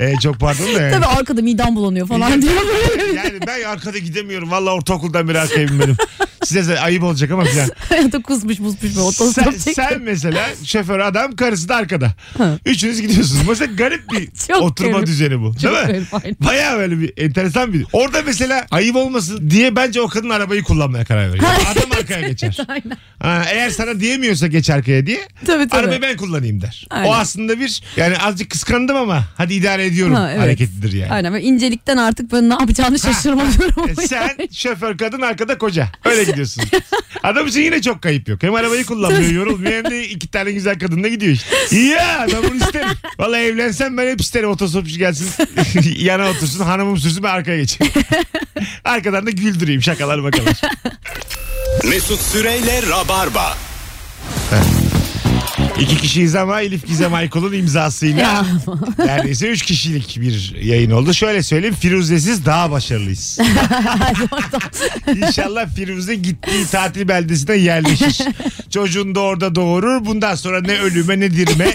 e, çok pardon da yani. Tabii arkada midem bulanıyor falan diyor. yani ben arkada gidemiyorum. Valla ortaokuldan beri arkaya binmedim. Size de ayıp olacak ama filan. Hayata kusmuş busmuş bir Sen, otostop çekti. sen mesela şoför adam karısı da arkada. Üçünüz gidiyorsunuz. Mesela garip bir Çok oturma garip. düzeni bu. Değil Çok mi? garip, aynen. Baya böyle bir enteresan bir. Orada mesela ayıp olmasın diye bence o kadın arabayı kullanmaya karar veriyor. adam arkaya geçer. Aynen. Ha, eğer sana diyemiyorsa geç arkaya diye Tabii tabii. arabayı ben kullanayım der. Aynen. O aslında bir yani azıcık kıskandım ama hadi idare ediyorum Ha, evet. hareketidir yani. Aynen böyle incelikten artık böyle ne yapacağını şaşırma durumu. E, Sen şoför kadın arkada koca. Öyle gidiyorsunuz. Adam için yine çok kayıp yok. Hem arabayı kullanmıyor yorulmuyor hem de iki tane güzel kadınla gidiyor işte. Ya ben bunu isterim. Valla evlensem ben hep isterim otostopçu gelsin yana otursun hanımım sürsün ben arkaya geçeyim. Arkadan da güldüreyim şakalar bakalım. Mesut Süreyle Rabarba. İki kişiyiz ama Elif Gizem Aykol'un imzasıyla neredeyse üç kişilik bir yayın oldu. Şöyle söyleyeyim Firuze'siz daha başarılıyız. İnşallah Firuze gittiği tatil beldesine yerleşir. Çocuğunu da orada doğurur. Bundan sonra ne ölüme ne dirime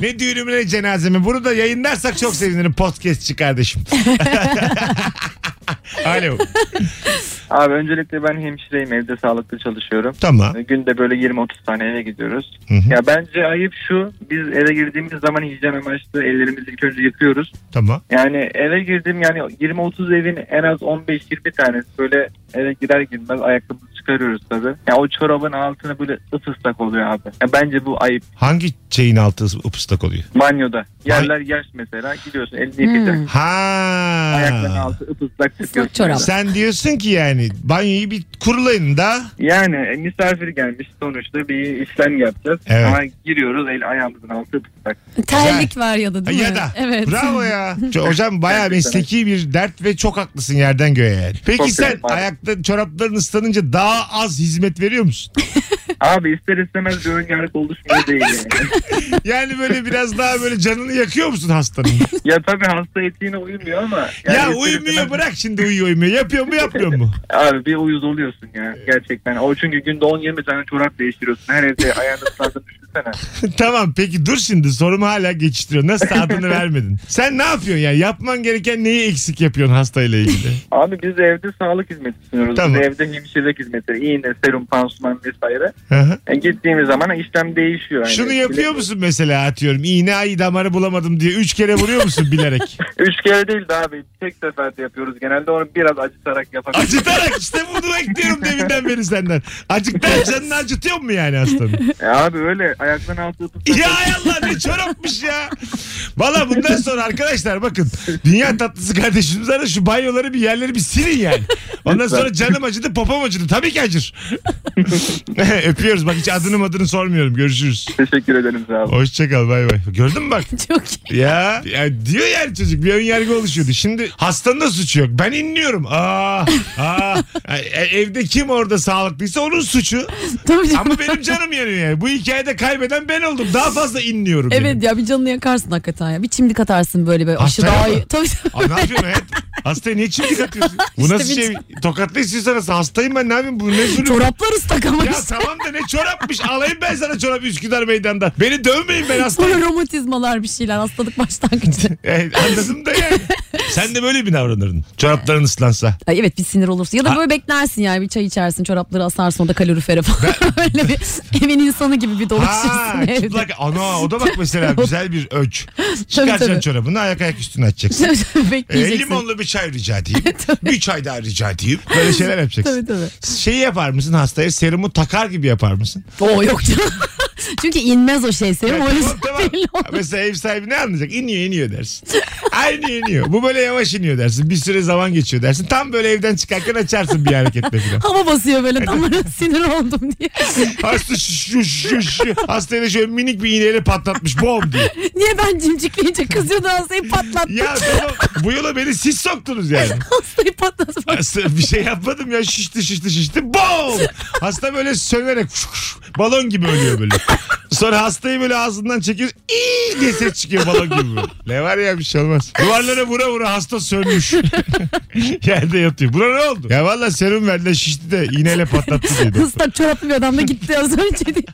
ne düğünüme ne cenazeme. Bunu da yayınlarsak çok sevinirim podcastçi kardeşim. Alo. Abi öncelikle ben hemşireyim evde sağlıklı çalışıyorum. Tamam. E, Günde böyle 20-30 tane eve gidiyoruz. Hı hı. Ya bence ayıp şu biz eve girdiğimiz zaman hijyen amaçlı ellerimizi ilk önce yıkıyoruz. Tamam. Yani eve girdim yani 20-30 evin en az 15-20 tanesi böyle eve girer girmez ayakkabımızı çıkarıyoruz tabii. Ya o çorabın altına böyle ıslak oluyor abi. Ya bence bu ayıp. Hangi şeyin altı ıslak oluyor? Banyoda yerler yaş mesela gidiyorsun elini yıkayacaksın. Hmm. Ha. Ayaklarının altı ıslak çıkıyor. Sen diyorsun ki yani banyoyu bir kurulayın da. Yani e, misafir gelmiş sonuçta bir işlem yapacağız. Evet. Ama giriyoruz el ayağımızın altı ıslak. Terlik var ya da değil Ya mi? da. Evet. Bravo ya. Ç- Hocam bayağı mesleki bir dert ve çok haklısın yerden göğe yani. Peki Çok sen haklıyım abi. ayakta çorapların ıslanınca daha az hizmet veriyor musun? Abi ister istemez bir önyargı oluşmuyor değil yani. Yani böyle biraz daha böyle canını yakıyor musun hastanın? ya tabii hasta etiğine uymuyor ama. yani ya ister uyumuyor istemez- bırak şimdi uyuyor uyumuyor. Yapıyor mu yapmıyor mu? Abi bir uyuz oluyorsun ya gerçekten. O çünkü günde 10-20 tane çorap değiştiriyorsun. Her evde ayağını ıslandığını düşünsene. tamam peki dur şimdi sorumu hala geçiştiriyor. Nasıl adını vermedin? Sen ne yapıyorsun ya? Yapman gereken neyi eksik yapıyorsun hastayla ilgili? Abi biz evde sağlık hizmeti sunuyoruz. Tamam. Biz evde hemşirelik hizmeti. iğne, serum, pansuman vesaire. Hı hı. E, gittiğimiz zaman işlem değişiyor. Yani Şunu yapıyor musun mesela atıyorum iğne ay damarı bulamadım diye üç kere vuruyor musun bilerek? Üç kere değil de abi tek seferde yapıyoruz. Genelde onu biraz acıtarak yapabiliriz. Acıtarak işte bunu bekliyorum deminden beri senden. Acıktan canını acıtıyor mu yani hastanın? E abi öyle ayakların altı ısıtmak. ya hay Allah ne çorapmış ya. Valla bundan sonra arkadaşlar bakın dünya tatlısı kardeşimiz arasında şu banyoları bir yerleri bir silin yani. Ondan Lütfen. sonra canım acıdı popom acıdı tabii ki acır. Öpüyoruz bak hiç adını adını sormuyorum görüşürüz. Teşekkür ederim sağ olun. Hoşçakal bay bay. Gördün mü bak? Çok iyi. Ya, ya diyor yani çocuk bir ön yargı oluşuyordu. Şimdi hastanın da suçu yok. Ben inliyorum. Aa, aa. E, Evde kim orada sağlıklıysa onun suçu. Tabii canım. Ama benim canım yanıyor yani. Bu hikayede kaybeden ben oldum. Daha fazla inliyorum. Evet benim. ya bir canını yakarsın hakikaten ya. Bir çimdik atarsın böyle böyle aşı Hastaya daha mı? iyi. Tabii tabii. Aa, ne yapıyorsun hayat? Hastaya niye çimdik atıyorsun? Bu İşte nasıl bir- şey? Tokatlı istiyorsan arası. hastayım ben ne yapayım? Bu ne zulüm? Çoraplar ıslak ama Ya işte. tamam da ne çorapmış. Alayım ben sana çorap Üsküdar meydanda. Beni dövmeyin ben hastayım. Böyle romatizmalar bir şeyler hastalık başlangıcı. Evet, anladım da yani. Sen de böyle bir davranırdın. Çorapların ıslansa. Ay evet bir sinir olursun. Ya da böyle beklersin yani bir çay içersin çorapları asarsın o da kalorifere falan. Öyle bir evin insanı gibi bir Ha, dolaşırsın evde. çıplak. Ana o da bak mesela güzel bir ölç. Çıkaracaksın tabii. çorabını ayak ayak üstüne açacaksın. E, Bekleyeceksin. limonlu bir çay rica edeyim. bir çay daha rica edeyim. Böyle şeyler yapacaksın. Tabii tabii. Şeyi yapar mısın hastaya serumu takar gibi yapar mısın? Oo yok canım. Çünkü inmez o şey senin. o Tamam, yüzden tamam. belli olmaz. Mesela ev sahibi ne anlayacak? İniyor iniyor dersin. Aynı iniyor. Bu böyle yavaş iniyor dersin. Bir süre zaman geçiyor dersin. Tam böyle evden çıkarken açarsın bir hareketle falan. Hava basıyor böyle damarına sinir oldum diye. Hasta şu, şu, şu, şu. Hastayla şöyle minik bir iğneyle patlatmış. Bom diye. Niye ben cimcikleyince kızıyordu hastayı patlattı. Ya tamam. Bu yola beni siz soktunuz yani. Hastayı patlattı. Hasta- bir şey yapmadım ya şişti şişti şişti bom hasta böyle sönerek şuş, şuş, balon gibi ölüyor böyle sonra hastayı böyle ağzından çekiyor iyi diye ses çıkıyor balon gibi böyle. ne var ya bir şey olmaz duvarlara vura vura hasta sönmüş yerde yatıyor buna ne oldu ya valla serum verdiler şişti de iğneyle patlattı diye doktor. Islak çoraplı bir adam da gitti az önce diye.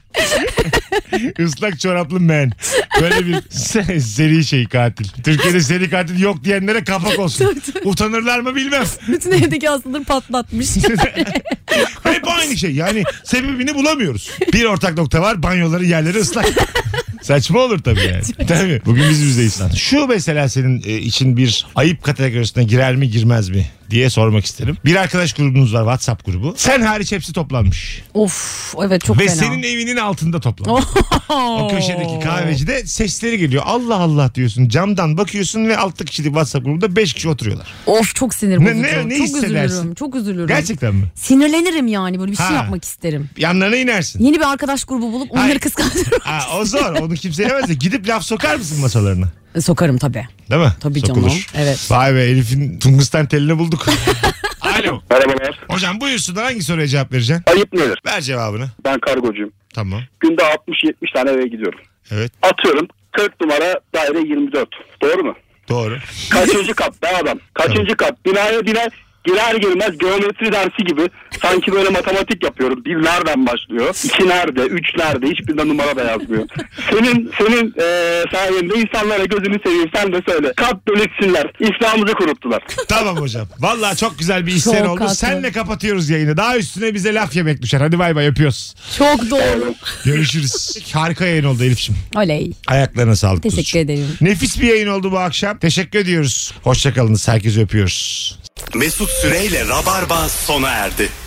Islak çoraplı men. Böyle bir se- seri şey katil. Türkiye'de seri katil yok diyenlere kapak olsun. Utanırlar mı bilmem. Bütün evdeki hastaları patlatmış. Hep aynı şey. Yani sebebini bulamıyoruz. Bir ortak nokta var. Banyoları yerleri ıslak. Saçma olur tabii yani. tabii. Bugün biz yüzdeyiz. Şu mesela senin e, için bir ayıp kategorisine girer mi girmez mi diye sormak isterim. Bir arkadaş grubunuz var WhatsApp grubu. Sen hariç hepsi toplanmış. Of evet çok Ve fena. senin evinin altında toplanmış. o köşedeki kahvecide sesleri geliyor. Allah Allah diyorsun camdan bakıyorsun ve alttaki kişilik WhatsApp grubunda 5 kişi oturuyorlar. Of çok sinir Ne- bozucu. ne- ne çok hissedersin? üzülürüm. Çok üzülürüm. Gerçekten mi? Sinirlenirim yani böyle bir Ha. şey yapmak isterim. Yanlarına inersin. Yeni bir arkadaş grubu bulup onları kıskandırırım. Aa, o zor. Onu kimse yemez de gidip laf sokar mısın masalarına? Sokarım tabii. Değil mi? Tabii Sokulur. canım. Evet. Vay be Elif'in tungsten telini bulduk. Alo. Merhabalar. Hocam buyursun hangi soruya cevap vereceksin? Ayıp nedir? Ver cevabını. Ben kargocuyum. Tamam. Günde 60-70 tane eve gidiyorum. Evet. Atıyorum 40 numara daire 24. Doğru mu? Doğru. Kaçıncı kat be adam? Kaçıncı kat? Binaya biner girer girmez geometri dersi gibi sanki böyle matematik yapıyorum. Bir nereden başlıyor? İki nerede? Üç nerede? Hiçbirinde numara da yazmıyor. Senin senin eee sayende insanlara gözünü seveyim sen de söyle. Kat bölüksünler. İslam'ımızı kuruttular. Tamam hocam. Vallahi çok güzel bir işler Çok oldu. haklı. Senle kapatıyoruz yayını. Daha üstüne bize laf yemek düşer. Hadi bay bay yapıyoruz. Çok doğru. Görüşürüz. Harika yayın oldu Elif'ciğim. Oley. Ayaklarına sağlık. Teşekkür kuzucuğum. ederim. Nefis bir yayın oldu bu akşam. Teşekkür ediyoruz. Hoşçakalınız. Herkesi öpüyoruz. Mesut Süreyle Rabarba sona erdi.